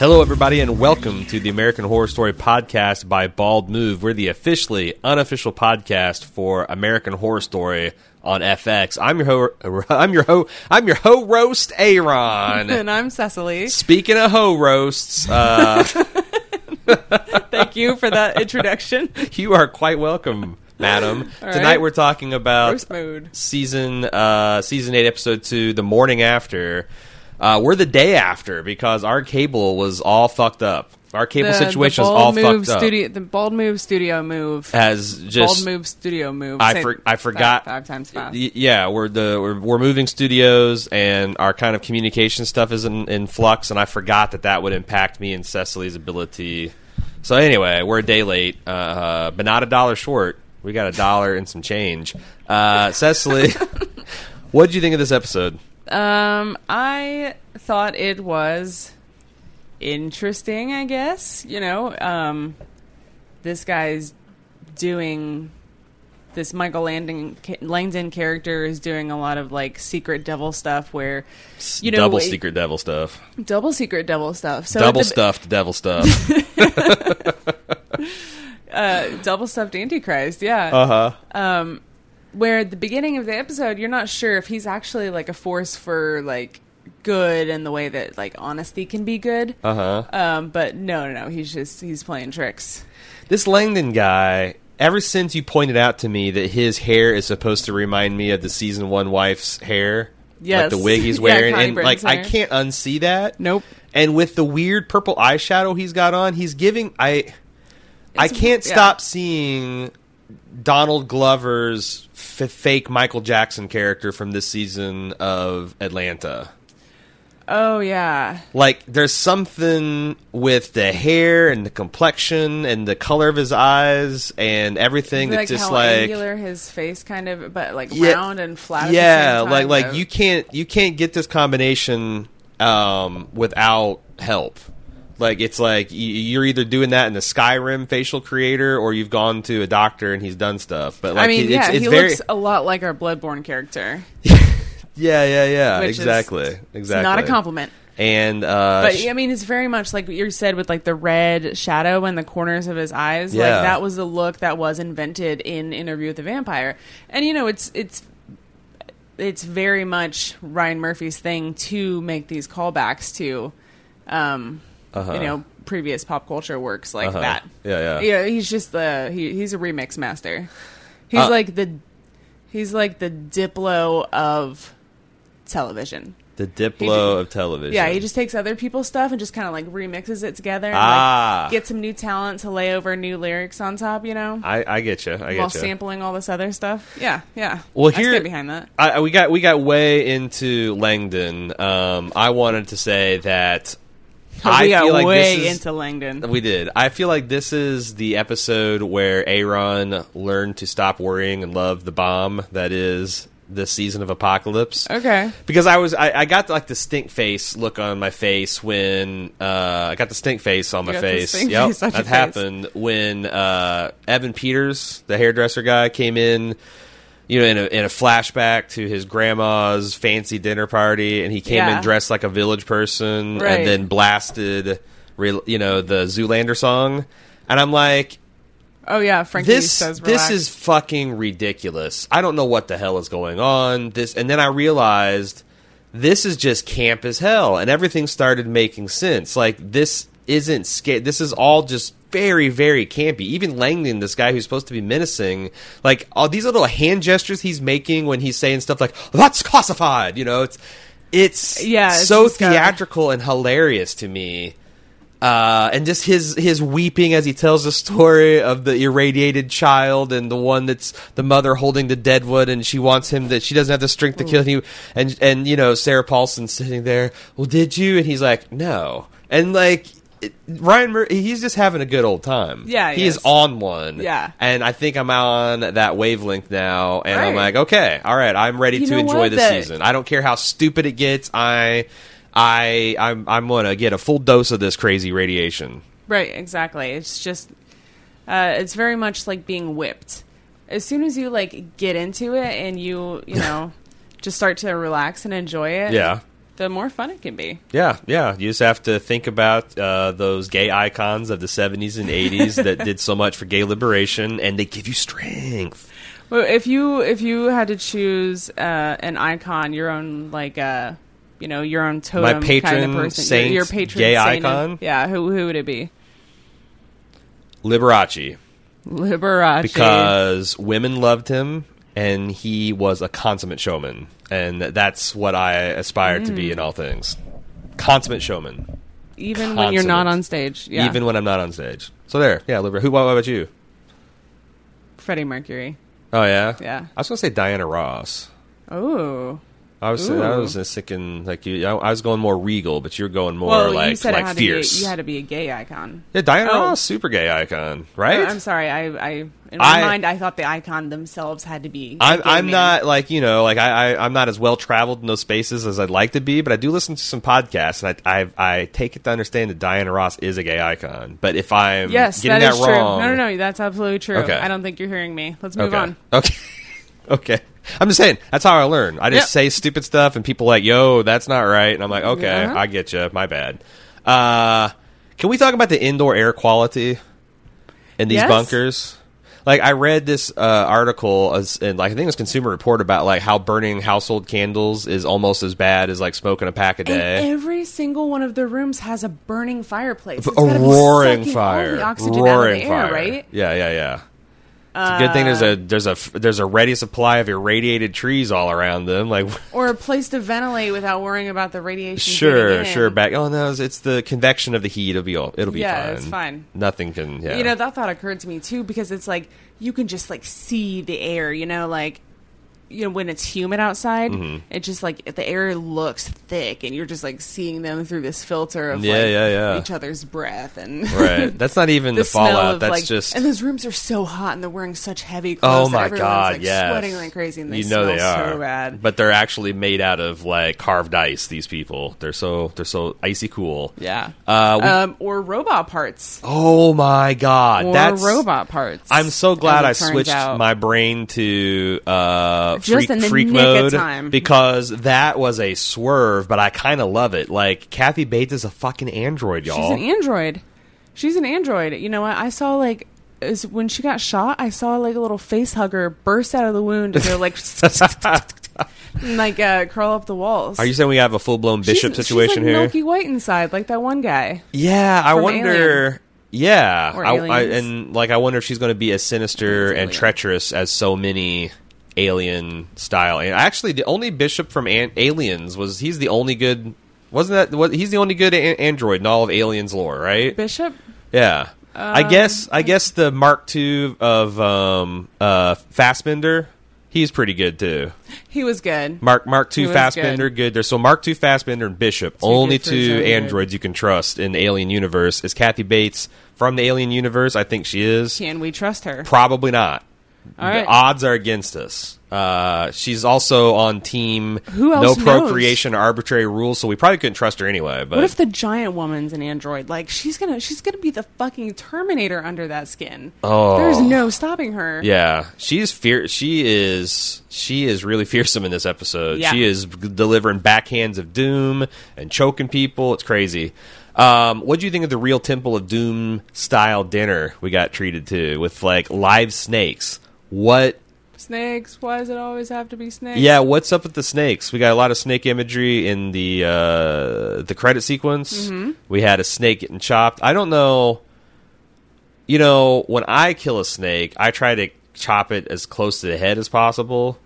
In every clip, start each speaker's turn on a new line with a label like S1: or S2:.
S1: Hello, everybody, and welcome to the American Horror Story podcast by Bald Move. We're the officially unofficial podcast for American Horror Story on FX. I'm your ho, I'm your ho, I'm your ho roast, Aaron.
S2: And I'm Cecily.
S1: Speaking of ho roasts, uh,
S2: Thank you for that introduction.
S1: you are quite welcome, madam.
S2: All right.
S1: Tonight we're talking about
S2: Roast mode.
S1: season uh season 8 episode 2 the morning after uh we're the day after because our cable was all fucked up our cable situation is
S2: Bald
S1: all
S2: move
S1: fucked up
S2: studio, The bald move studio move.
S1: as
S2: bald
S1: just
S2: move studio move.
S1: I
S2: Say
S1: for, I
S2: five-
S1: forgot
S2: five, times fast.
S1: Y- Yeah, we're the we're, we're moving studios and our kind of communication stuff is in, in flux, and I forgot that that would impact me and Cecily's ability. So anyway, we're a day late, uh, but not a dollar short. We got a dollar and some change. Uh, Cecily, what did you think of this episode?
S2: Um, I thought it was interesting. I guess you know, um, this guy's doing this Michael Landon Langdon character is doing a lot of like secret devil stuff where you know
S1: double
S2: it-
S1: secret devil stuff,
S2: double secret devil stuff. So at
S1: double
S2: the-
S1: stuffed devil stuff.
S2: Uh, double stuffed antichrist yeah Um,
S1: uh huh.
S2: where at the beginning of the episode you're not sure if he's actually like a force for like good and the way that like honesty can be good
S1: Uh huh.
S2: um but no no no he's just he's playing tricks
S1: This Langdon guy, ever since you pointed out to me that his hair is supposed to remind me of the season one wife's hair. Like
S2: Yes.
S1: the wig he's
S2: Yeah,
S1: wearing.
S2: Connie
S1: and like
S2: Britton's
S1: I
S2: hair.
S1: can't unsee that.
S2: Nope.
S1: And with the weird purple eyeshadow he's got on, he's giving I I
S2: It's-
S1: can't
S2: yeah.
S1: stop seeing Donald Glover's f- fake Michael Jackson character from this season of Atlanta.
S2: oh yeah
S1: Like there's something with the hair and the complexion and the color of his eyes and everything
S2: like
S1: that's just
S2: how
S1: like
S2: angular his face kind of but like
S1: Yeah.
S2: round and flat at the
S1: yeah,
S2: same time,
S1: like like
S2: though.
S1: you can't you can't get this combination um, without help. Like it's like y- you're either doing that in the Skyrim facial creator or you've gone to a doctor and he's done stuff. But like
S2: I mean,
S1: it-
S2: yeah,
S1: it's, it's
S2: he
S1: very
S2: looks a lot like our Bloodborne character.
S1: yeah yeah yeah
S2: Which is-
S1: exactly
S2: It's
S1: exactly
S2: not a compliment.
S1: And uh,
S2: But
S1: sh-
S2: I mean, it's very much like what you said with like the red shadow in the corners of his eyes.
S1: Yeah.
S2: Like that was the look that was invented in Interview with the Vampire, and you know, it's it's it's very much Ryan Murphy's thing to make these callbacks to, um, you know, previous pop culture works like
S1: Uh-huh.
S2: that.
S1: Yeah, yeah.
S2: You know, he's just the he, he's a remix master. He's
S1: Uh,
S2: like the he's like the Diplo of television.
S1: the
S2: he
S1: Diplo
S2: ju-
S1: of television.
S2: Yeah, he just takes other people's stuff and just kind of like remixes it together. And,
S1: Ah.
S2: like, get some new talent to lay over new lyrics on top, you know,
S1: I, I get you. I
S2: while
S1: get you.
S2: sampling all this other stuff. Yeah, yeah.
S1: Well,
S2: I
S1: here-
S2: stand behind that.
S1: I, I- we got we got way into Langdon. Um, I wanted to say that I
S2: we got
S1: feel like
S2: way
S1: this is,
S2: into Langdon.
S1: we did. I feel like this is the episode where Aaron learned to stop worrying and love the bomb that is the season of apocalypse.
S2: Okay.
S1: Because I was, I, I got like the stink face look on my face when uh, I got the stink face on my
S2: got the
S1: face.
S2: stink
S1: Yep,
S2: face on
S1: that
S2: your face.
S1: happened when uh, Evan Peters, the hairdresser guy, came in. You know, in a, in a flashback to his grandma's fancy dinner party, and he came
S2: Yeah.
S1: in dressed like a village person,
S2: Right.
S1: and then blasted, re- you know, the Zoolander song, and I'm like,
S2: Oh yeah, Frankie
S1: this
S2: says
S1: this
S2: relax.
S1: is fucking ridiculous. I don't know what the hell is going on. This and then I realized this is just camp as hell and everything started making sense. Like this isn't sca- this is all just very very campy. Even Langdon, this guy who's supposed to be menacing, like all these little hand gestures he's making when he's saying stuff like that's classified, you know, it's it's
S2: Yeah, it's
S1: so
S2: just gotta-
S1: theatrical and hilarious to me uh, and just his his weeping as he tells the story of the irradiated child and the one that's the mother holding the deadwood and she wants him that she doesn't have the strength to kill him and and you know Sarah Paulson sitting there well did you and he's like no and like it, Ryan Mur- he's just having a good old time
S2: Yeah,
S1: he
S2: he
S1: is
S2: is.
S1: on one
S2: Yeah.
S1: and I think I'm on that wavelength now and I'm
S2: Right.
S1: like okay all right I'm ready
S2: You
S1: to
S2: know
S1: enjoy
S2: what?
S1: this
S2: That-
S1: season I don't care how stupid it gets I. I I'm I'm gonna get a full dose of this crazy radiation.
S2: right. Exactly. It's just uh, it's very much like being whipped. As soon as you like get into it and you you know just start to relax and enjoy it, the more fun it can be.
S1: Yeah, yeah. You just have to think about uh, those gay icons of the 70s and 80s that did so much for gay liberation, and they give you strength.
S2: Well, if you if you had to choose uh, an icon, your own like uh, you know your own totem kind
S1: patron
S2: of person,
S1: saint,
S2: your, your patron
S1: gay
S2: saint,
S1: icon?
S2: yeah, who who would it be?
S1: Liberace,
S2: Liberace.
S1: because women loved him, and he was a consummate showman, and that's what I aspire to
S2: Mm.
S1: be in all things. Consummate showman,
S2: even when you're not
S1: consummate.
S2: on stage, yeah,
S1: even when I'm not on stage. So there, yeah, Liberace. Who? What about you?
S2: Freddie Mercury.
S1: Oh yeah,
S2: Yeah.
S1: I was gonna say Diana Ross.
S2: Oh,
S1: I was I
S2: Ooh.
S1: was just thinking like you. I, I was going more regal, but you're going more
S2: well,
S1: like
S2: you said it
S1: like
S2: had
S1: fierce.
S2: to be a, you had to be a gay icon.
S1: yeah, Diana
S2: Oh.
S1: Ross, super gay icon, right?
S2: Uh, I'm sorry. I, I in my
S1: I-
S2: mind, I thought the icon themselves had to be. a
S1: I'm,
S2: gay
S1: I'm
S2: man.
S1: not like you know like I, I I'm not as well traveled in those spaces as I'd like to be, but I do listen to some podcasts and I I, I take it to understand that Diana Ross is a gay icon. But if I'm
S2: Yes,
S1: getting
S2: that
S1: that,
S2: is
S1: wrong,
S2: true. No, no, no. That's absolutely true.
S1: Okay.
S2: I don't think you're hearing me. Let's move
S1: okay,
S2: on.
S1: okay, okay. I'm just saying that's how I learn. I just
S2: Yep.
S1: say stupid stuff and people like yo that's not right, and I'm like okay
S2: Uh-huh.
S1: I get you, my bad. Uh, can we talk about the indoor air quality in these
S2: Yes.
S1: bunkers? like I read this uh, article as, and like I think it was Consumer Report about like how burning household candles is almost as bad as like smoking a pack a
S2: And
S1: day.
S2: every single one of the rooms has a burning fireplace. It's
S1: a
S2: gotta be
S1: roaring
S2: sucking
S1: fire,
S2: all the oxygen
S1: roaring
S2: out of the
S1: fire,
S2: air, right? Uh,
S1: Yeah, yeah, yeah. It's a good thing there's a there's a f- there's a ready supply of irradiated trees all around them. Like
S2: Or a place to ventilate without worrying about the radiation.
S1: sure,
S2: getting in.
S1: sure. Back oh no, it's, it's the convection of the heat. It'll be all, it'll be
S2: Yeah,
S1: fine.
S2: it's fine.
S1: Nothing can. Yeah.
S2: You know that thought occurred to me too because it's like you can just like see the air. You know, like you know when it's humid outside,
S1: Mm-hmm.
S2: it just like the air looks thick, and you're just like seeing them through this filter of
S1: Yeah,
S2: like,
S1: yeah, yeah.
S2: each other's breath and
S1: right. That's not even the,
S2: smell
S1: fallout.
S2: of,
S1: That's
S2: like-
S1: just
S2: and those rooms are so hot, and they're wearing such heavy clothes.
S1: Oh my
S2: that
S1: god!
S2: like,
S1: yes,
S2: sweating like crazy, and they
S1: you know
S2: smell
S1: they are.
S2: so bad.
S1: But they're actually made out of like carved ice. These people, they're so they're so icy cool.
S2: yeah,
S1: Uh, we-
S2: um, or robot parts,
S1: oh my god!
S2: or
S1: That's
S2: robot parts.
S1: I'm so glad
S2: as
S1: I
S2: it turns
S1: switched
S2: out.
S1: my brain to uh,
S2: Just
S1: freak,
S2: in the
S1: freak
S2: nick of
S1: mode
S2: time.
S1: because that was a swerve. But I kind of love it. Like Kathy Bates is a fucking android, y'all.
S2: She's an android. She's an android. You know, I, I saw like. Is when she got shot, I saw like a little face hugger burst out of the wound and go like, and, like uh, crawl up the walls.
S1: Are you saying we have a full blown bishop
S2: she's,
S1: situation
S2: she's, like,
S1: here?
S2: Milky White inside, like that one guy.
S1: Yeah, I
S2: From
S1: wonder.
S2: Alien.
S1: Yeah,
S2: Or
S1: I, I,
S2: aliens.
S1: and like I wonder if she's going to be as sinister
S2: It's
S1: and
S2: alien.
S1: treacherous as so many alien style. And actually, the only bishop from An- Aliens was he's the only good. Wasn't that was, he's the only good a- android in all of Aliens lore, right?
S2: Bishop,
S1: Yeah. I
S2: um,
S1: guess I guess the Mark II of um, uh, Fassbender, he's pretty good too.
S2: he was good.
S1: Mark Mark II
S2: He was
S1: Fassbender, good. There's so Mark II Fassbender and Bishop, only
S2: good for his
S1: two
S2: own good.
S1: androids you can trust in the Alien universe. Is Kathy Bates from the Alien universe? I think she is.
S2: Can we trust her?
S1: Probably not.
S2: All right.
S1: The odds are against us. Uh, she's also on team
S2: Who else
S1: no
S2: knows?
S1: procreation or arbitrary rules, so we probably couldn't trust her anyway. But
S2: What if the giant woman's an android? Like she's gonna she's gonna be the fucking Terminator under that skin.
S1: Oh.
S2: there's no stopping her.
S1: yeah, she's fear. She is she is really fearsome in this episode.
S2: Yeah.
S1: She is g- delivering backhands of doom and choking people. It's crazy. Um, what do you think of the real Temple of Doom style dinner we got treated to with like live snakes? What?
S2: Snakes. Why does it always have to be snakes?
S1: Yeah, what's up with the snakes? We got a lot of snake imagery in the uh, the credit sequence. We had a snake getting chopped. I don't know. You know, when I kill a snake, I try to chop it as close to the head as possible.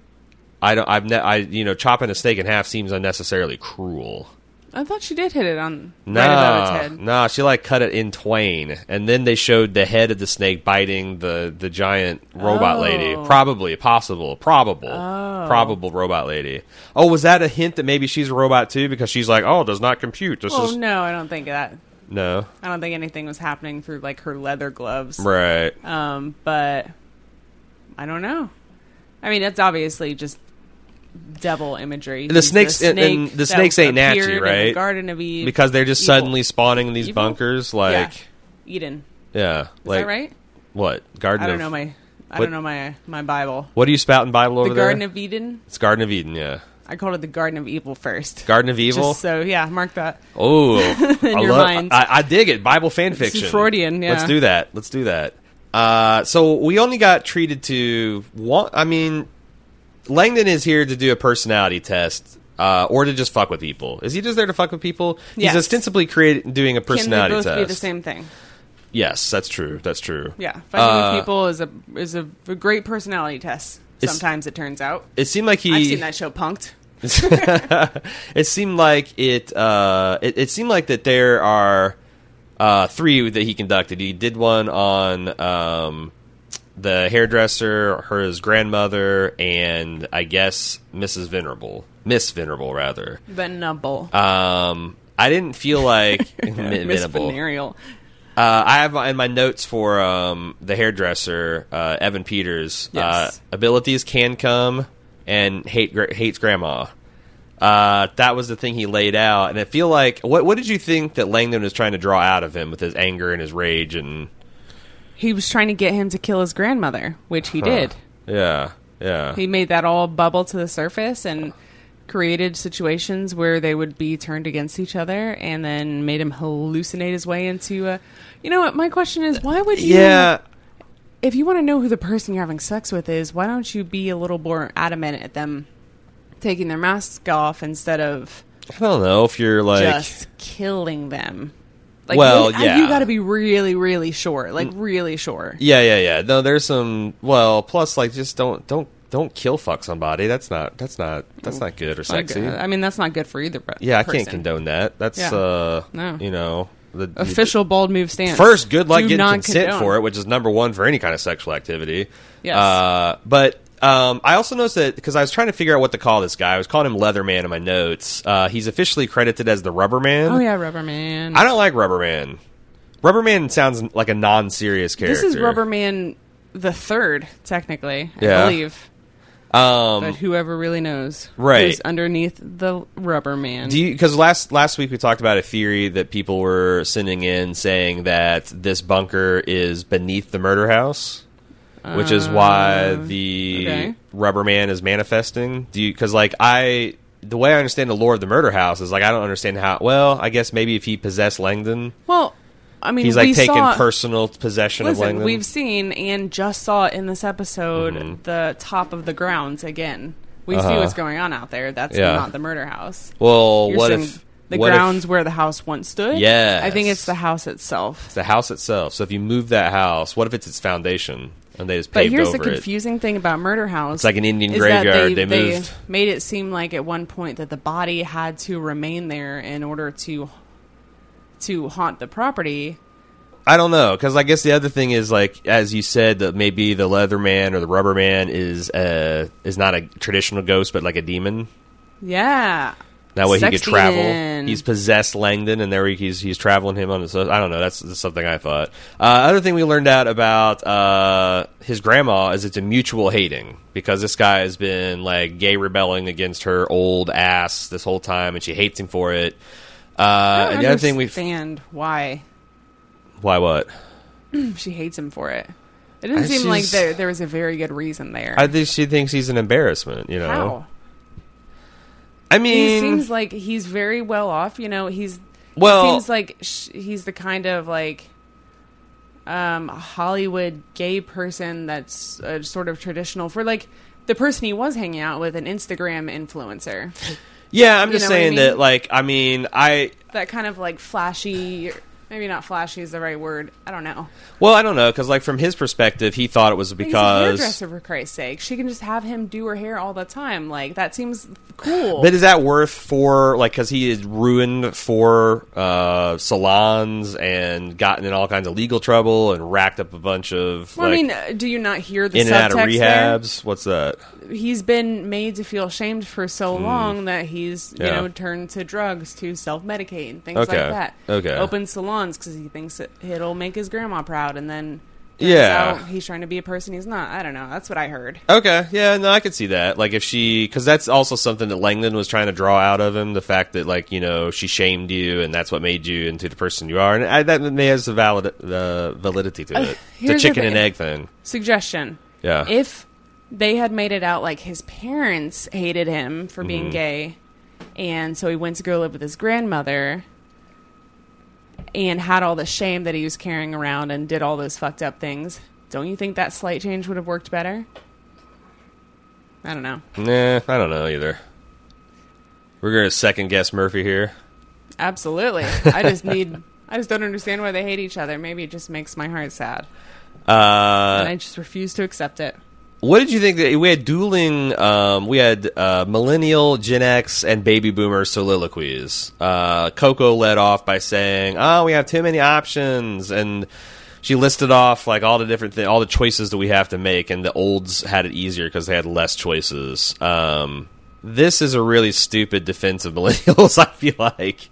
S1: I don't. I've. Ne- I you know, chopping a snake in half seems unnecessarily cruel.
S2: I thought she did hit it on
S1: No,
S2: right above its head.
S1: no, she like cut it in twain, and then they showed the head of the snake biting the the giant robot
S2: Oh.
S1: lady. Probably, possible, probable, probable robot lady. Oh, was that a hint that maybe she's a robot too? Because she's like, oh, does not compute. This
S2: Oh
S1: is
S2: no, I don't think that.
S1: no
S2: I don't think anything was happening through like her leather gloves.
S1: right.
S2: Um, but I don't know. I mean, that's obviously just devil imagery.
S1: The
S2: He's
S1: snakes- and- and the
S2: that
S1: snakes ain't natchy,
S2: appeared in the
S1: right?
S2: Garden of Eve
S1: Because they're just
S2: Evil.
S1: suddenly spawning in these
S2: Evil?
S1: bunkers. Like,
S2: Eden.
S1: yeah,
S2: Is
S1: like
S2: that right?
S1: what Garden?
S2: I don't
S1: of,
S2: know my I
S1: what-
S2: don't know my my Bible.
S1: What are you spouting Bible
S2: The
S1: over
S2: Garden
S1: there?
S2: of Eden.
S1: it's Garden of Eden. Yeah,
S2: I called it the Garden of Evil first.
S1: Garden of Evil.
S2: Just so yeah, mark that.
S1: oh, I,
S2: your
S1: love-
S2: mind.
S1: I, I dig it. Bible fan fiction.
S2: Freudian, yeah.
S1: Let's do that. Let's do that. Uh, so we only got treated to one. I mean, Langdon is here to do a personality test. Uh, or to just fuck with people. Is he just there to fuck with people?
S2: Yes.
S1: He's ostensibly creating doing a
S2: Can they
S1: personality
S2: both
S1: test.
S2: be the same thing?
S1: Yes, that's true. That's true.
S2: Yeah, fighting
S1: Uh,
S2: with people is a is a, a great personality test.
S1: It's-
S2: Sometimes it turns out.
S1: It seemed like he.
S2: I've seen that show, Punked.
S1: it seemed like it, uh, it. It seemed like that there are uh, three that he conducted. He did one on um, the hairdresser, her his grandmother, and I guess Mrs. Venerable, Miss Venerable rather.
S2: Venable.
S1: Um, I didn't feel like
S2: Miss
S1: Venerable.
S2: Venereal.
S1: Uh, I have in my notes for um, the hairdresser, uh, Evan Peters. Uh,
S2: Yes.
S1: abilities can come and hate gra- hates grandma. Uh, that was the thing he laid out, and I feel like what what did you think that Langdon was trying to draw out of him with his anger and his rage and
S2: He was trying to get him to kill his grandmother, which he did.
S1: uh, yeah yeah
S2: He made that all bubble to the surface and created situations where they would be turned against each other and then made him hallucinate his way into a you know what my question is why would you
S1: yeah
S2: if you want to know who the person you're having sex with is why don't you be a little more adamant at them taking their mask off instead of
S1: I don't know if you're like
S2: just killing them like
S1: Well,
S2: you, I-
S1: yeah. Mm.
S2: you got to be really really sure like really sure
S1: yeah yeah yeah no there's some well plus like just don't don't don't kill fuck somebody that's not that's not that's not good or
S2: Like,
S1: sexy
S2: uh, I mean, that's not good for either. per-
S1: Yeah, I
S2: person.
S1: can't condone that. That's
S2: Yeah.
S1: uh,
S2: No.
S1: you know, the
S2: Official bold move stance.
S1: first good luck
S2: Do
S1: getting
S2: not
S1: consent
S2: condone.
S1: for it, which is number one for any kind of sexual activity.
S2: Yes.
S1: Uh, but um, I also noticed that because I was trying to figure out what to call this guy, I was calling him Leatherman in my notes. Uh, he's officially credited as the Rubber Man.
S2: Oh yeah, Rubber Man.
S1: I don't like Rubber Man. Rubber Man sounds like a non-serious character.
S2: this is Rubber Man the third, technically, I
S1: Yeah.
S2: believe.
S1: Um,
S2: But whoever really knows
S1: Right.
S2: who's underneath the Rubber Man.
S1: Do you because last last week we talked about a theory that people were sending in saying that this bunker is beneath the murder house, which is why the
S2: Uh, okay.
S1: Rubber Man is manifesting. Do you because like I the way I understand the lore of the murder house is like I don't understand how. Well, I guess maybe if he possessed Langdon,
S2: well, I mean,
S1: he's
S2: we
S1: like taking
S2: saw,
S1: personal possession of
S2: Listen,
S1: Langdon.
S2: we've seen and just saw in this episode
S1: Mm-hmm.
S2: the top of the grounds again. We see what's going on out there. That's
S1: Uh-huh. Yeah.
S2: not the murder house.
S1: well,
S2: You're
S1: what
S2: saying
S1: if
S2: the
S1: what if
S2: grounds where the house once stood?
S1: Yes.
S2: I think it's the house itself.
S1: it's the house itself? So if you move that house, what if it's its foundation and they just
S2: But
S1: paved
S2: here's
S1: over
S2: the
S1: it?
S2: confusing thing about Murder House.
S1: It's like an Indian
S2: is that
S1: graveyard. They moved.
S2: made it seem like at one point that the body had to remain there in order to to haunt the property.
S1: I don't know because I guess the other thing is like as you said that maybe the leather man or the rubber man is uh is not a traditional ghost but like a demon.
S2: Yeah.
S1: That way he
S2: Sex
S1: could travel.
S2: demon.
S1: He's possessed Langdon, and there he- he's he's traveling him on his. I don't know. That's, that's something I thought. Uh, other thing we learned out about uh, his grandma is it's a mutual hating because this guy has been like gay rebelling against her old ass this whole time, and she hates him for it. Uh, and the other thing we
S2: understand why
S1: why what
S2: she hates him for it. It didn't
S1: I-
S2: seem like
S1: she's-
S2: there there was a very good reason there.
S1: I think she thinks he's an embarrassment. You know.
S2: How?
S1: I
S2: He
S1: mean,
S2: seems like he's very well off. You know, he's
S1: Well-
S2: seems like sh- he's the kind of like um Hollywood gay person that's uh, sort of traditional for like the person he was hanging out with, an Instagram influencer,
S1: yeah, I'm
S2: you
S1: just
S2: know what I
S1: saying that.
S2: mean?
S1: Like, I mean, I
S2: that kind of like flashy. Maybe not flashy is the right word. I don't know.
S1: well, I don't know because, like, from his perspective, he thought it was
S2: He's a
S1: because.
S2: hairdresser, for Christ's sake. She can just have him do her hair all the time. Like that seems cool.
S1: But is that worth for like because he is ruined for uh, salons and gotten in all kinds of legal trouble and racked up a bunch of
S2: Well,
S1: like
S2: I mean, uh, do you not hear the
S1: in and
S2: subtext
S1: out of
S2: there?
S1: rehabs? What's that?
S2: he's been made to feel shamed for so long that he's you
S1: Hmm. Yeah.
S2: know turned to drugs to self-medicate and things
S1: Okay.
S2: like that
S1: Okay.
S2: open salons because he thinks it, it'll make his grandma proud and then turns
S1: Yeah.
S2: out he's trying to be a person he's not i don't know that's what i heard
S1: Okay, yeah, no, I could see that. Like if she, because that's also something that Langdon was trying to draw out of him—the fact that like you know she shamed you, and that's what made you into the person you are, and I, that may has a valid uh, validity to it. the
S2: here's the
S1: chicken and
S2: thing.
S1: egg thing.
S2: suggestion
S1: Yeah.
S2: if they had made it out like his parents hated him for
S1: Mm-hmm.
S2: being gay, and so he went to go live with his grandmother. And had all the shame that he was carrying around and did all those fucked up things. Don't you think that slight change would have worked better? I don't know.
S1: Nah, I don't know either. We're gonna second guess Murphy here.
S2: Absolutely. I just need. I just don't understand why they hate each other. Maybe it just makes my heart sad,
S1: Uh,
S2: and I just refuse to accept it.
S1: what did you think? That we had dueling. Um, we had uh, millennial, Gen X, and baby boomer soliloquies. Uh, Coco led off by saying, "Oh, we have too many options," and she listed off like all the different thi- all the choices that we have to make. And the olds had it easier because they had less choices. Um, this is a really stupid defense of millennials. I feel like.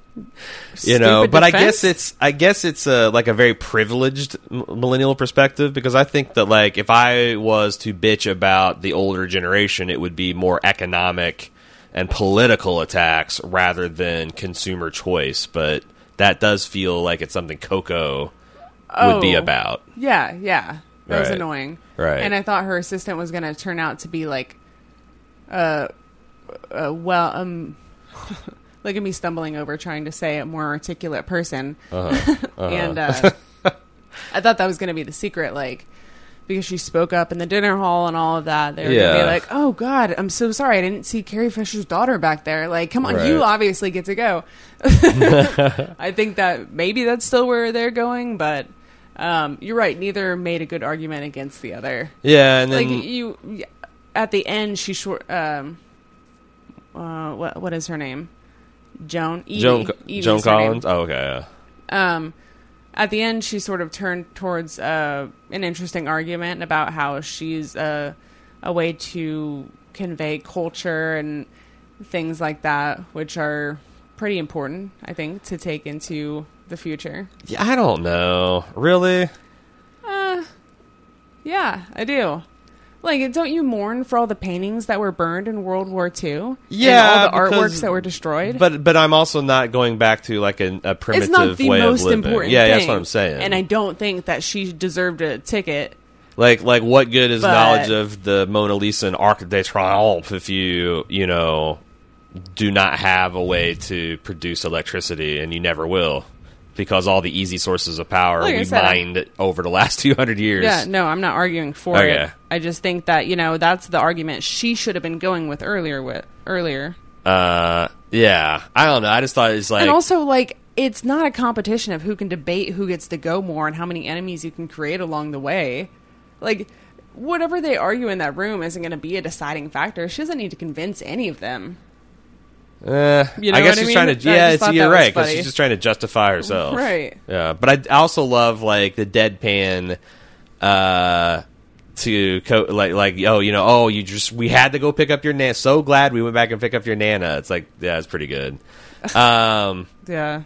S1: you know
S2: Stupid
S1: but i
S2: defense?
S1: guess it's i guess it's a like a very privileged m- millennial perspective because i think that like if i was to bitch about the older generation it would be more economic and political attacks rather than consumer choice but that does feel like it's something coco would be
S2: Oh.
S1: about
S2: Yeah, yeah. That was
S1: Right.
S2: annoying.
S1: Right.
S2: And I thought her assistant was going to turn out to be like, uh, uh well, um, look at me stumbling over trying to say a more articulate person.
S1: Uh-huh.
S2: and uh, I thought that was going to be the secret, like, because she spoke up in the dinner hall and all of that. They were going to
S1: Yeah.
S2: be like, oh, God, I'm so sorry. I didn't see Carrie Fisher's daughter back there. Like, come on, you
S1: Right.
S2: obviously get to go. I think that maybe that's still where they're going, but um, you're right. Neither made a good argument against the other.
S1: yeah and then
S2: Like you, at the end, she short. Um, uh, what what is her name? Joan. Evie.
S1: joan,
S2: Evie's
S1: joan
S2: her name.
S1: collins oh okay yeah.
S2: Um, at the end, she sort of turned towards uh, an interesting argument about how she's a a way to convey culture and things like that, which are pretty important, I think, to take into the future.
S1: yeah i don't know really
S2: Yeah, I do. Like, don't you mourn for all the paintings that were burned in World War II?
S1: Yeah,
S2: and all the
S1: because-
S2: artworks that were destroyed.
S1: but but i'm also not going back to like a, a primitive
S2: it's not the
S1: way
S2: most
S1: of living
S2: important.
S1: yeah
S2: thing.
S1: that's what i'm saying
S2: And I don't think that she deserved a ticket.
S1: Like, like, what good is
S2: But-
S1: knowledge of the Mona Lisa and Arc de Triomphe if you, you know, do not have a way to produce electricity, and you never will, because all the easy sources of power
S2: Like I
S1: we
S2: said, I-
S1: mined over the last two hundred years.
S2: Yeah, no, I'm not arguing for
S1: Okay.
S2: it. I just think that you know that's the argument she should have been going with earlier. With earlier,
S1: Uh, yeah. I don't know. I just thought it's like,
S2: and also like it's not a competition of who can debate who gets to go more and how many enemies you can create along the way like whatever they argue in that room isn't going to be a deciding factor she doesn't need to convince any of them
S1: eh,
S2: you know
S1: I
S2: what
S1: guess
S2: I
S1: she's
S2: mean? I
S1: trying
S2: just
S1: to. Yeah, it's,
S2: thought
S1: you're
S2: that was
S1: right because
S2: funny.
S1: she's just trying to justify herself.
S2: Right.
S1: Yeah, but I also love like the deadpan. Uh, to co- like like oh you know oh you just we had to go pick up your nana. So glad we went back and pick up your nana. It's like yeah, it's pretty good. Um,
S2: yeah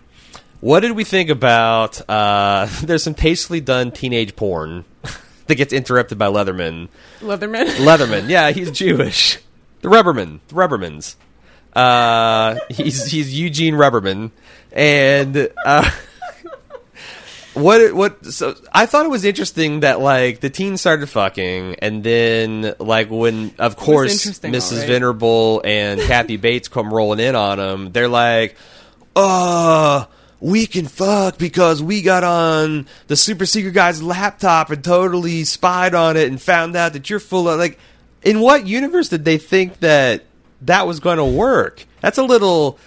S1: what did we think about? Uh, there's some tastefully done teenage porn that gets interrupted by Leatherman.
S2: leatherman
S1: Leatherman. Yeah, he's Jewish. The Rubberman. The Rubbermans. Uh, he's he's Eugene Rubberman, and uh, what what? So I thought it was interesting that like the teen started fucking, and then like when of course
S2: interesting,
S1: Mrs.
S2: alright.
S1: Venerable and Kathy Bates come rolling in on him, they're like, uh we can fuck because we got on the super secret guy's laptop and totally spied on it and found out that you're full of like in what universe did they think that that was going to work that's a little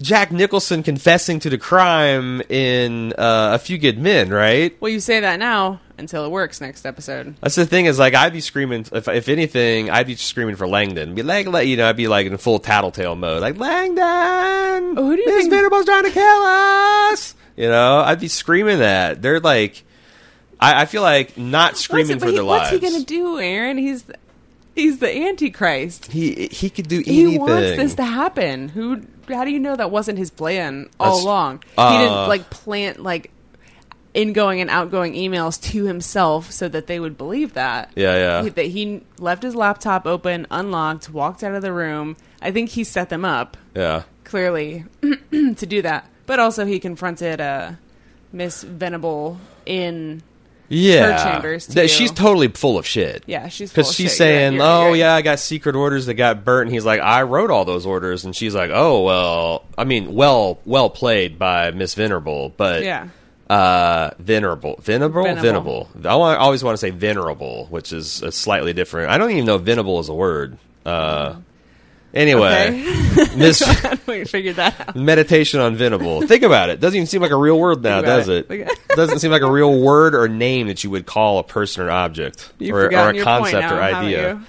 S1: jack nicholson confessing to the crime in uh, a few good men right
S2: well you say that now until it works next episode
S1: that's the thing is like I'd be screaming if if anything I'd be screaming for Langdon. Be like, like you know I'd be like in full tattletale mode, like Langdon.
S2: Oh, Who do you
S1: Miss
S2: think-
S1: Venable's trying to kill us? You know I'd be screaming that. They're like, I, I feel like not screaming
S2: what's,
S1: for
S2: he,
S1: their
S2: what's
S1: lives.
S2: he gonna do aaron he's he's the antichrist
S1: He he could do anything.
S2: he wants this to happen. Who? How do you know that wasn't his plan all
S1: That's-
S2: along? he
S1: uh,
S2: didn't like plant like ingoing and outgoing emails to himself so that they would believe that.
S1: Yeah, yeah.
S2: He- That he left his laptop open, unlocked, walked out of the room. I think he set them up
S1: yeah.
S2: clearly to do that. But also, he confronted uh, Miss Venable in
S1: yeah,
S2: chambers to
S1: That-
S2: you.
S1: she's totally full of shit.
S2: Yeah, she's full
S1: because
S2: of
S1: she's
S2: shit. You're right,
S1: saying,
S2: you're right,
S1: "Oh
S2: you're right."
S1: yeah, I got secret orders that got burnt." And he's like, "I wrote all those orders," and she's like, "Oh well, I mean, well, well played by Miss Venerable, but
S2: Yeah.
S1: uh, venerable, venerable,
S2: Venable.
S1: venerable. I, want, I always want to say venerable, which is a slightly different. I don't even know if venerable is a word.
S2: Mm.
S1: Uh, anyway, Miss
S2: we figured that out.
S1: meditation on venerable. Think about it. Doesn't even seem like a real word now,
S2: Think about
S1: does it?
S2: it. Look at-
S1: Doesn't seem like a real word or name that you would call a person or an object
S2: You've
S1: or, or
S2: forgotten
S1: a
S2: your point
S1: concept
S2: now,
S1: or
S2: haven't
S1: idea.
S2: you?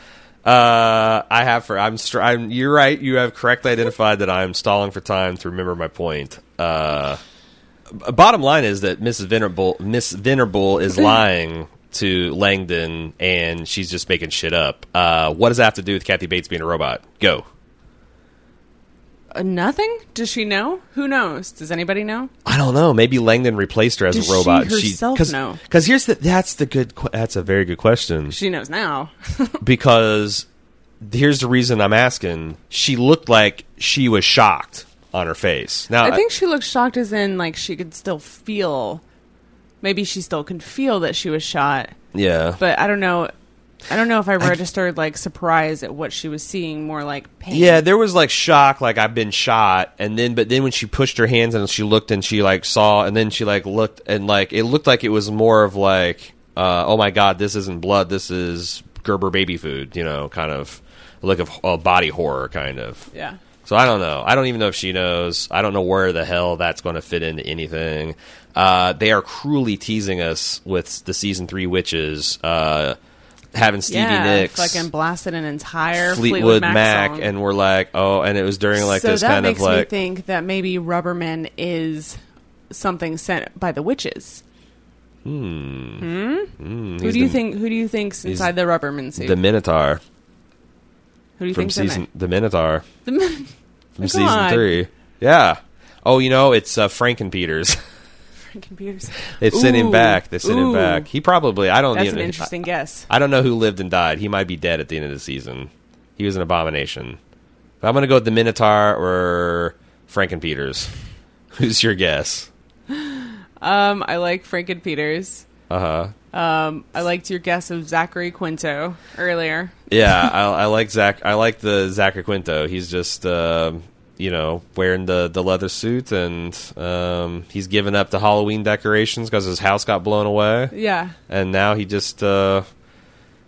S1: Uh, I have for I'm, str- I'm. You're right. You have correctly identified that I am stalling for time to remember my point. Uh, b- bottom line is that Mrs. Venerable, Miss Venerable is lying to Langdon, and she's just making shit up. Uh, what does that have to do with Kathy Bates being a robot? Go.
S2: Uh, nothing? Does she know? Who knows? Does anybody know?
S1: I don't know. Maybe Langdon replaced her as
S2: Does
S1: a robot.
S2: she herself know?
S1: Because here's the that's the good. que- That's a very good question.
S2: She knows now.
S1: because here's the reason I'm asking. She looked like she was shocked on her face. Now,
S2: I think she looked shocked, as in like she could still feel. Maybe she still could feel that she was shot,
S1: yeah,
S2: but I don't know. I don't know if I registered like surprise at what she was seeing, more like pain.
S1: yeah, there was like shock, like I've been shot, and then but then when she pushed her hands and she looked and she like saw, and then she like looked and like it looked like it was more of like, uh, oh my god, this isn't blood, this is Gerber baby food, you know, kind of look of uh, body horror, kind of.
S2: yeah.
S1: So I don't know. I don't even know if she knows. I don't know where the hell that's going to fit into anything. Uh, they are cruelly teasing us with the season three witches uh, having Stevie
S2: yeah,
S1: Nicks,
S2: fucking blasted an entire
S1: Fleetwood,
S2: Fleetwood, Mac,
S1: Mac,
S2: song.
S1: and we're like, oh, and it was during like
S2: so
S1: this
S2: that
S1: kind
S2: makes
S1: of like,
S2: me think that maybe Rubberman is something sent by the witches. Hmm?
S1: mm,
S2: Who
S1: Hmm. he's
S2: do you
S1: the,
S2: think? Who do you think's inside the Rubberman suit?
S1: the Minotaur
S2: who do you
S1: from
S2: think's in
S1: season the Minotaur
S2: it? The-
S1: from
S2: Oh,
S1: season
S2: God.
S1: three? Yeah. Oh, you know, it's uh, Franken Peters.
S2: Frank Peters.
S1: they sent him
S2: Ooh,
S1: back. They sent him
S2: ooh.
S1: back. He probably. I don't.
S2: That's
S1: even,
S2: an interesting guess.
S1: I don't know who lived and died. He might be dead at the end of the season. He was an abomination. But I'm going to go with the Minotaur or Franken Peters. Who's your guess?
S2: Um, I like Frank and Peters.
S1: Uh huh.
S2: Um, I liked your guess of Zachary Quinto earlier.
S1: Yeah, I, I like Zach. I like the Zachary Quinto. He's just um you know wearing the the leather suit, and um, he's given up the Halloween decorations because his house got blown away.
S2: Yeah,
S1: and now he just uh,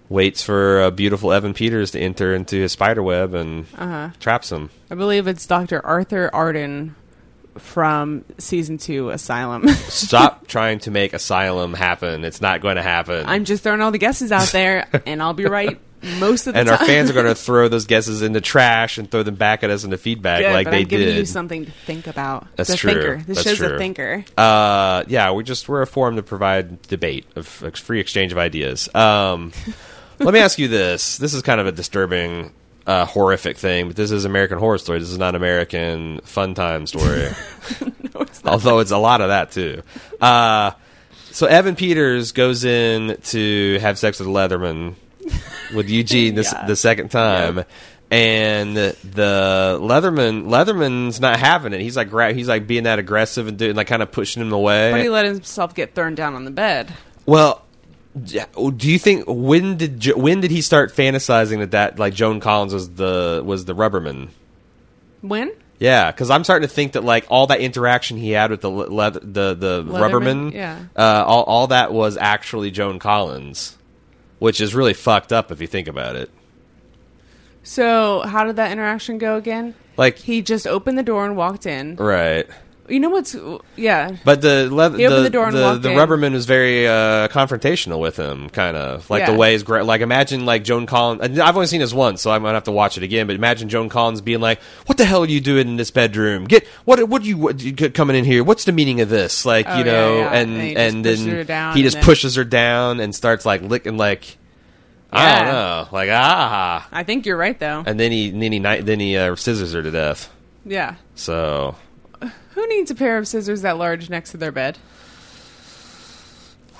S1: waits for uh, beautiful Evan Peters to enter into his spider web and
S2: Uh-huh.
S1: traps him.
S2: I believe it's Doctor Arthur Arden from season two Asylum.
S1: Stop trying to make asylum happen. It's not going to happen.
S2: I'm just throwing all the guesses out there, and I'll be right most of the
S1: and our
S2: time.
S1: fans are going to throw those guesses into trash and throw them back at us into feedback
S2: Good,
S1: like
S2: but
S1: they
S2: I'm giving
S1: did.
S2: you something to think about.
S1: That's
S2: It's a
S1: true.
S2: Thinker. This
S1: That's
S2: show's a
S1: true.
S2: thinker.
S1: uh, yeah, we're just we're a forum to provide debate of of free exchange of ideas. Um, let me ask you this: This is kind of a disturbing, uh, horrific thing, but this is American Horror Story. This is not American Fun Time story.
S2: No, it's not.
S1: although it's a lot of that too. Uh, so Evan Peters goes in to have sex with Leatherman with Eugene the,
S2: Yeah.
S1: the second time, and the Leatherman Leatherman's not having it. He's like gra- he's like being that aggressive and doing like kind of pushing him away.
S2: But he let himself get thrown down on the bed.
S1: Well, d- do you think when did Jo- when did he start fantasizing that that like Joan Collins was the was the Rubberman?
S2: When?
S1: Yeah, because I'm starting to think that like all that interaction he had with the le- leather, the the
S2: Leatherman?
S1: Rubberman,
S2: Yeah.
S1: uh, all all that was actually Joan Collins, which is really fucked up if you think about it.
S2: So how did that interaction go again?
S1: Like,
S2: He just opened the door and walked in.
S1: right?
S2: You know what's? Yeah,
S1: But the leather,
S2: He opened the door and
S1: the,
S2: walked
S1: the
S2: in.
S1: Rubberman was very uh, confrontational with him, kind of like
S2: Yeah.
S1: the ways. Gra- like imagine like Joan Collins. and I've only seen this once, so I'm gonna have to watch it again. But imagine Joan Collins being like, "What the hell are you doing in this bedroom? Get what? What are you, what, you get coming in here? What's the meaning of this? Like
S2: Oh,
S1: you
S2: yeah,
S1: know?"
S2: yeah.
S1: And
S2: And he
S1: and,
S2: just pushes her
S1: then
S2: down
S1: he
S2: and
S1: just
S2: then-
S1: pushes her down and starts like licking like I don't
S2: Yeah.
S1: know, like ah.
S2: I think you're right though.
S1: And then he then he kni- then he uh, scissors her to death.
S2: yeah.
S1: So
S2: Who needs a pair of scissors that large next to their bed?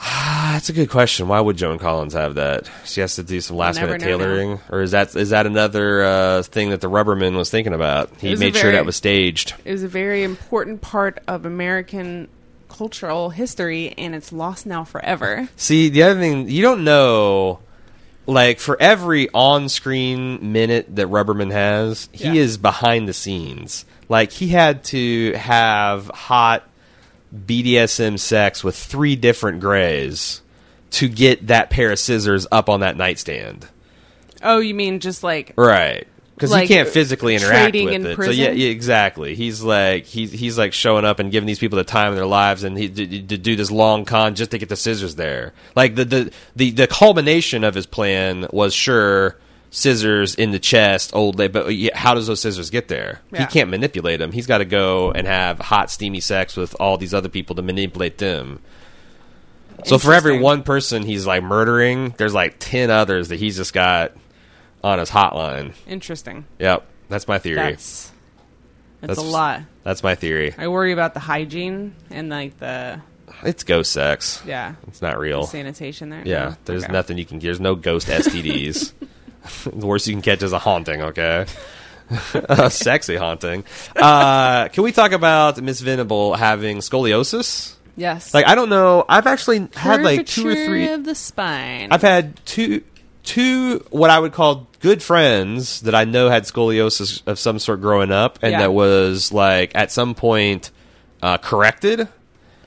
S1: Ah, That's a good question. Why would Joan Collins have that? She has to do some last
S2: never
S1: minute
S2: know now.
S1: tailoring, or is that is that another uh, thing that the Rubberman was thinking about? He
S2: was a
S1: made sure
S2: very-
S1: that was staged.
S2: It was a very important part of American cultural history and it's lost now forever.
S1: See, the other thing you don't know, like for every on-screen minute that Rubberman has, he
S2: Yeah.
S1: is behind the scenes. Like he had to have hot BDSM sex with three different Greys to get that pair of scissors up on that nightstand,
S2: Oh, you mean just like
S1: right? Because
S2: Like,
S1: he can't physically interact
S2: trading
S1: with
S2: in
S1: it. So yeah,
S2: prison?
S1: yeah, exactly. He's like he's he's like showing up and giving these people the time of their lives, and he d- d- to do this long con just to get the scissors there. Like the the the, the culmination of his plan was sure scissors in the chest, old lady. But yeah, how does those scissors get there? He
S2: Yeah.
S1: can't manipulate them. He's got to go and have hot steamy sex with all these other people to manipulate them. So for every
S2: Interesting.
S1: one person he's like murdering, there's like ten others that he's just got on his hotline.
S2: interesting?
S1: Yep, that's my theory.
S2: That's
S1: That's-
S2: that's, a lot.
S1: That's my theory.
S2: I worry about the hygiene and like the
S1: It's ghost sex.
S2: yeah
S1: It's not real.
S2: sanitation there.
S1: Oh. Yeah,
S2: No?
S1: there's
S2: Okay.
S1: nothing you can. There's no ghost STDs. the worst you can catch is a haunting. Okay, a sexy haunting. Uh, can we talk about Miss Venable having scoliosis?
S2: Yes,
S1: Like I don't know. I've actually had like two or
S2: Curvature
S1: three.
S2: of the spine.
S1: I've had two two what I would call good friends that I know had scoliosis of some sort growing up, and
S2: Yeah.
S1: that was like at some point uh, corrected.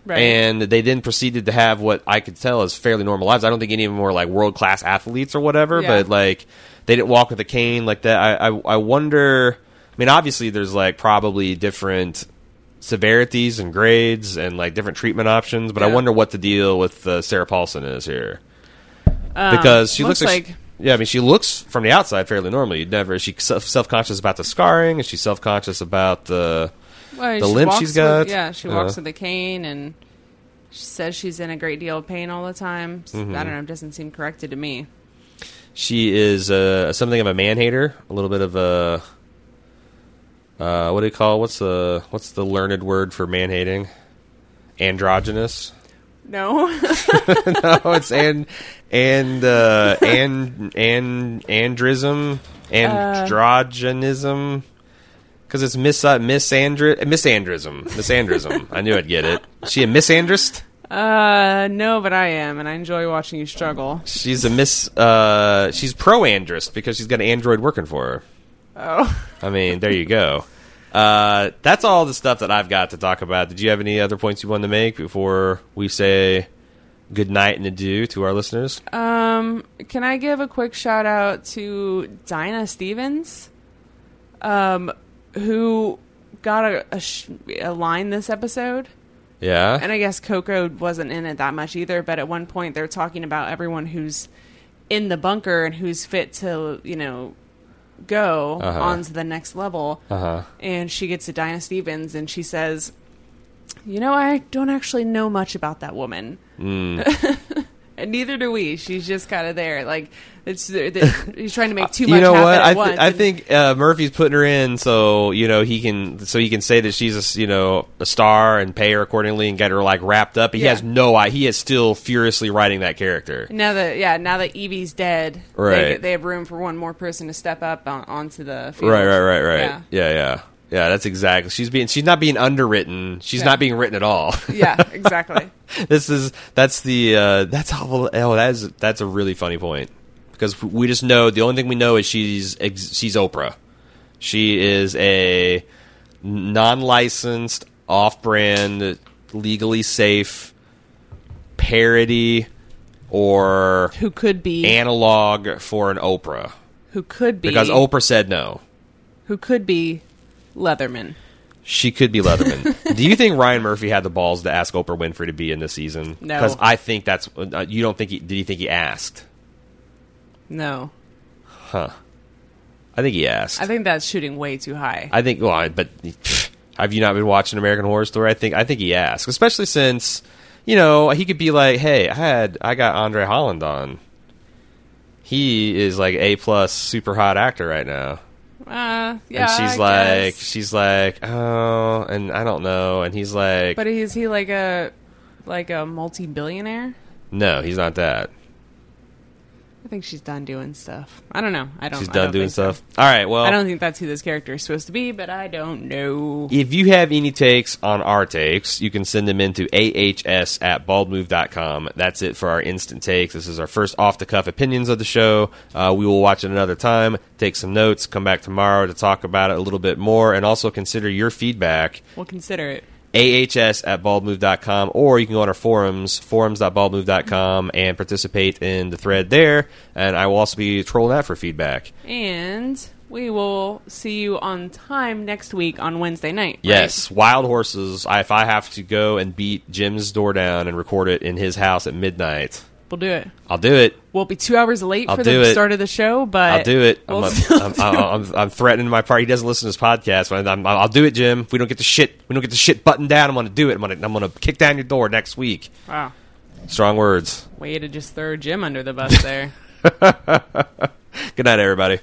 S2: right.
S1: and they then proceeded to have what I could tell is fairly normal lives. I don't think any of them were like world class athletes or whatever,
S2: Yeah.
S1: but like they didn't walk with a cane like that. I, I I wonder. I mean, obviously, there's like probably different severities and grades and like different treatment options, but I
S2: Yeah.
S1: wonder what the deal with uh, Sarah Paulson is here because she looks,
S2: Um, looks
S1: like.
S2: like-
S1: yeah, I mean, she looks from the outside fairly normal. You'd never. She's self conscious about the scarring, and she's self conscious about the.
S2: Well,
S1: the
S2: she
S1: limp
S2: walks
S1: she's got.
S2: With, yeah, she
S1: Yeah.
S2: walks with a cane and she says she's in a great deal of pain all the time. S-
S1: Mm-hmm.
S2: I don't know. It doesn't seem corrected to me.
S1: She is uh, something of a man hater, a little bit of a uh, what do you call what's the what's the learned word for man hating? Androgynous.
S2: No.
S1: no, it's and and uh, and and andrism, androgynism, because it's mis uh, misandri misandrism, misandrism. I knew I'd get it. Is she a misandrist?
S2: uh, no, but I am, and I enjoy watching you struggle.
S1: She's a miss. Uh, she's pro andrist because she's got an android working for her.
S2: Oh,
S1: I mean, there you go. Uh, that's all the stuff that I've got to talk about. Did you have any other points you wanted to make before we say good night and adieu to our listeners?
S2: um, can I give a quick shout out to Dinah Stevens, um, who got a, a, sh- a line this episode?
S1: yeah.
S2: and I guess Coco wasn't in it that much either. But at one point, they're talking about everyone who's in the bunker and who's fit to, you know, go
S1: Uh-huh.
S2: on to the next level.
S1: Uh huh.
S2: And she gets to Dinah Stevens and she says, You know, I don't actually know much about that woman.
S1: Hmm.
S2: and neither do we. She's just kind of there. Like, it's the, he's trying to make too much
S1: Uh, You know
S2: happen
S1: what?
S2: at
S1: I,
S2: once.
S1: th- I
S2: and-
S1: think uh, Murphy's putting her in so you know he can so he can say that she's a s- you know a star and pay her accordingly and get her like wrapped up. He
S2: Yeah.
S1: has no idea. He is still furiously writing that character.
S2: Now that yeah, now that Evie's dead, they,
S1: Right.
S2: they have room for one more person to step up on, onto the field.
S1: Right, right, right, right.
S2: Yeah.
S1: Yeah, yeah, yeah. that's exactly. She's being. She's not being underwritten. She's
S2: Yeah.
S1: not being written at all.
S2: yeah, exactly.
S1: this is that's the uh, that's how oh that's that's a really funny point because we just know the only thing we know is she's ex- she's Oprah. She is a non-licensed, off-brand, legally safe parody or
S2: Who could be?
S1: analog for an Oprah
S2: who could be?
S1: because Oprah said no.
S2: who could be? Leatherman.
S1: She could be Leatherman. Do you think Ryan Murphy had the balls to ask Oprah Winfrey to be in this season?
S2: No.
S1: because I think that's uh, you don't think he did. You think he asked?
S2: No,
S1: I think he asked.
S2: I think that's shooting way too high.
S1: I think. Well, I- but have you not been watching American Horror Story? I think. I think he asked, especially since you know he could be like, "Hey, I had I got Andre Holland on. He is like a plus, super hot actor right now."
S2: uh, yeah,
S1: and she's
S2: I
S1: like,
S2: guess.
S1: she's like, oh, and I don't know. And he's like,
S2: but is he like a like a multi-billionaire?
S1: no, he's not that.
S2: I think she's done doing stuff. I don't know. I don't.
S1: She's
S2: Um, I
S1: done
S2: don't
S1: doing
S2: think so.
S1: stuff. Oh. All right. Well,
S2: I don't think that's who this character is supposed to be, but I don't know.
S1: if you have any takes on our takes, you can send them into ahs at baldmove.com. That's it for our instant takes. This is our first off the cuff opinions of the show. Uh, we will watch it another time, take some notes, come back tomorrow to talk about it a little bit more, and also consider your feedback.
S2: We'll consider it.
S1: ahs at baldmove.com or you can go on our forums forums.baldmove.com and participate in the thread there and i will also be trolling that for feedback
S2: And we will see you on time next week on Wednesday night. right?
S1: Yes, Wild Horses. I, if I have to go and beat Jim's door down and record it in his house at midnight,
S2: We'll do it.
S1: I'll do it.
S2: We'll be two hours late
S1: I'll
S2: for
S1: do
S2: the
S1: it.
S2: start of the show, but
S1: I'll do it.
S2: we'll
S1: I'm,
S2: still
S1: I'm,
S2: do
S1: I'm,
S2: it.
S1: I'm, I'm threatening my partner. He doesn't listen to this podcast, but I'm, I'll do it, Jim. If we don't get the shit, we don't get the shit buttoned down. I'm gonna do it. I'm gonna, I'm gonna kick down your door next week.
S2: Wow.
S1: Strong words.
S2: Way to just throw Jim under the bus there.
S1: Good night, everybody.